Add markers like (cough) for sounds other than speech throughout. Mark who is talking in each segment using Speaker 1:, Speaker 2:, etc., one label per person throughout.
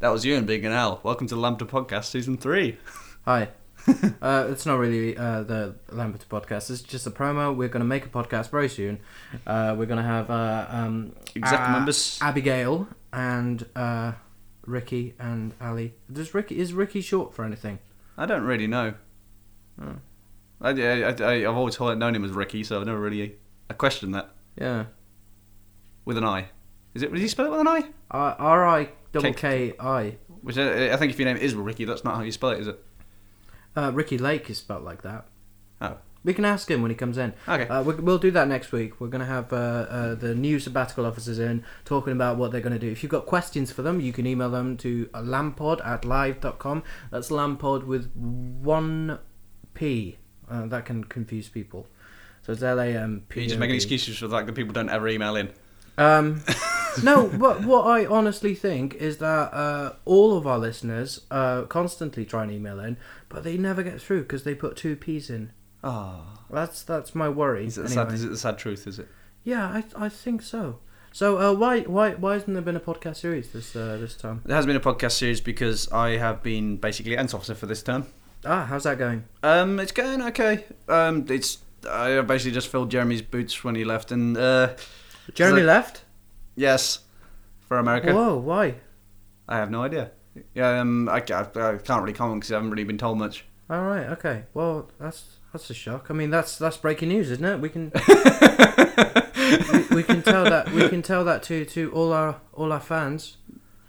Speaker 1: That was you and Big and Al. Welcome to Lambda Podcast Season 3.
Speaker 2: Hi. (laughs) uh, it's not really uh, the Lambert podcast. It's just a promo. We're going to make a podcast very soon. Uh, we're going to have uh, um,
Speaker 1: Exact
Speaker 2: uh,
Speaker 1: members.
Speaker 2: Abigail and uh, Ricky and Ali. Does Ricky is Ricky short for anything?
Speaker 1: I don't really know.
Speaker 2: Oh.
Speaker 1: I, I, I, I've always heard- known him as Ricky, so I've never really I questioned that.
Speaker 2: Yeah.
Speaker 1: With an I. Is it? Did he spell it with an I?
Speaker 2: R- R I double K I.
Speaker 1: Which uh, I think if your name is Ricky, that's not how you spell it, is it?
Speaker 2: Uh, Ricky Lake is spelt like that.
Speaker 1: Oh.
Speaker 2: We can ask him when he comes in.
Speaker 1: Okay.
Speaker 2: Uh, we, we'll do that next week. We're going to have uh, uh, the new sabbatical officers in talking about what they're going to do. If you've got questions for them, you can email them to uh, lampod at live.com. That's lampod with one P. Uh, that can confuse people. So it's L A M P.
Speaker 1: you just making excuses for like the people don't ever email in. (laughs)
Speaker 2: Um, no, what what I honestly think is that uh, all of our listeners uh, constantly try and email in, but they never get through because they put two P's in.
Speaker 1: Ah,
Speaker 2: That's that's my worry.
Speaker 1: is, it the
Speaker 2: anyway.
Speaker 1: sad, is it the sad truth? Is it?
Speaker 2: Yeah, I I think so. So uh, why why why hasn't there been a podcast series this uh, this time?
Speaker 1: There has been a podcast series because I have been basically ends officer for this term.
Speaker 2: Ah, how's that going?
Speaker 1: Um, it's going okay. Um, it's I basically just filled Jeremy's boots when he left, and uh,
Speaker 2: Jeremy
Speaker 1: So-
Speaker 2: left.
Speaker 1: yes, for America.
Speaker 2: Whoa, why?
Speaker 1: I have no idea. Yeah, um, I, ca- I can't really comment because I haven't really been told much.
Speaker 2: All right, okay. Well, that's that's a shock. I mean, that's that's breaking news, isn't it? We can we, we can tell that we can tell that to to all our all our fans.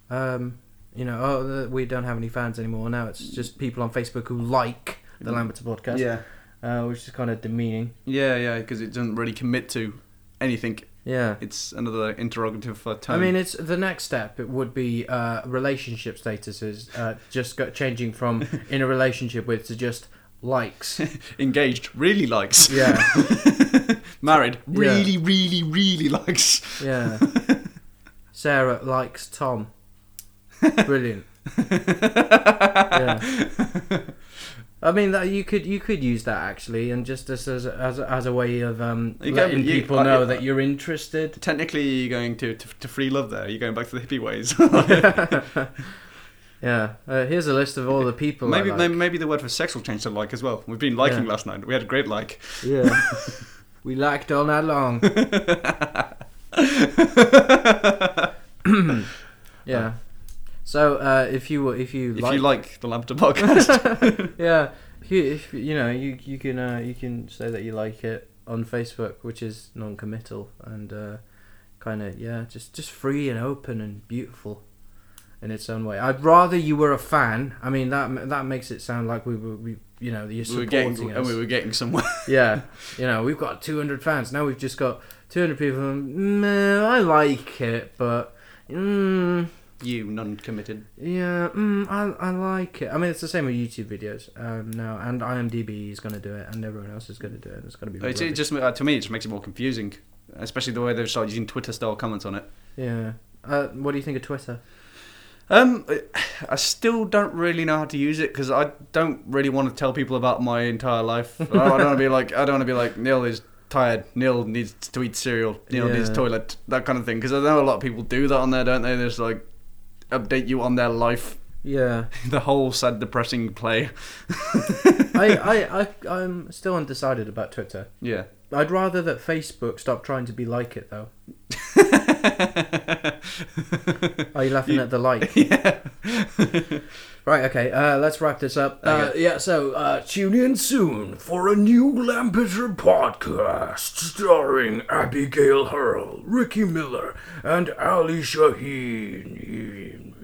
Speaker 2: Um, you know, oh, the- we don't have any fans anymore now. It's just people on Facebook who like the Lambert
Speaker 1: Mm.
Speaker 2: podcast,
Speaker 1: Yeah,
Speaker 2: uh, which is kind of demeaning.
Speaker 1: yeah, yeah, because it doesn't really commit to anything.
Speaker 2: Yeah.
Speaker 1: It's another interrogative for tone.
Speaker 2: I mean, it's the next step. It would be uh, relationship statuses, uh, just got changing
Speaker 1: (laughs)
Speaker 2: from in a relationship with to just likes.
Speaker 1: engaged really likes.
Speaker 2: Yeah,
Speaker 1: (laughs) Married
Speaker 2: Yeah.
Speaker 1: really, really, really likes. (laughs)
Speaker 2: yeah. Sarah likes Tom. Brilliant. yeah. I mean that you could you could use that actually, and just as as as, as a way of um,
Speaker 1: You can-
Speaker 2: letting
Speaker 1: you-
Speaker 2: people
Speaker 1: like,
Speaker 2: know
Speaker 1: yeah.
Speaker 2: that you're
Speaker 1: (laughs)
Speaker 2: interested. (laughs)
Speaker 1: Technically, you're going to, to to free love there. You're going back to the hippie ways.
Speaker 2: Yeah. Uh, here's a list of all the people. I
Speaker 1: maybe,
Speaker 2: like.
Speaker 1: maybe maybe the word for sex will change to like as well. We've been liking
Speaker 2: Yeah.
Speaker 1: last night. We had a great like.
Speaker 2: Yeah. (laughs) we liked all night
Speaker 1: (laughs)
Speaker 2: long. yeah. So uh, if you if you
Speaker 1: If
Speaker 2: like,
Speaker 1: you like the Lambda (laughs) podcast,
Speaker 2: yeah, if you, if, you know you you can uh, you can say that you like it on Facebook, which is non-committal and uh, kind of yeah, just just free and open and beautiful in its own way. I'd rather you were a fan. I mean that that makes it sound like we were we you know you're
Speaker 1: we were
Speaker 2: supporting
Speaker 1: getting
Speaker 2: us
Speaker 1: and we were getting somewhere. (laughs)
Speaker 2: yeah, you know, we've got 200 fans. Now we've just got 200 people. and, Mm, I like it, but mm,
Speaker 1: you non-committed.
Speaker 2: yeah, mm, I, I like it. I mean, it's the same with YouTube videos um, now, and IMDb is going to do it, and everyone else is going to do it. And Oh, it's going to be
Speaker 1: It, it
Speaker 2: rubbish.
Speaker 1: just uh, to me, it just makes it more confusing, especially the way they've started using Twitter-style comments on it.
Speaker 2: yeah. Uh, what do you think of Twitter?
Speaker 1: Um, I still don't really know how to use it because I don't really want to tell people about my entire life. I don't want to be like, I don't want to be like Neil is tired. Neil needs to eat cereal. Neil needs
Speaker 2: Yeah.
Speaker 1: toilet. That kind of thing. Because I know a lot of people do that on there, don't they? They just like update you on their life.
Speaker 2: Yeah, (laughs)
Speaker 1: (laughs) The whole sad, depressing play. (laughs)
Speaker 2: I, I, I, I'm still undecided about Twitter.
Speaker 1: Yeah. (laughs)
Speaker 2: I'd rather that Facebook stop trying to be like it, though. Are you laughing at the like?
Speaker 1: yeah.
Speaker 2: Right, okay, uh, let's wrap this up. Uh, yeah, so uh, tune in soon for a new Lampeter podcast starring Abigail Hurl, Ricky Miller, and Ali Shaheen.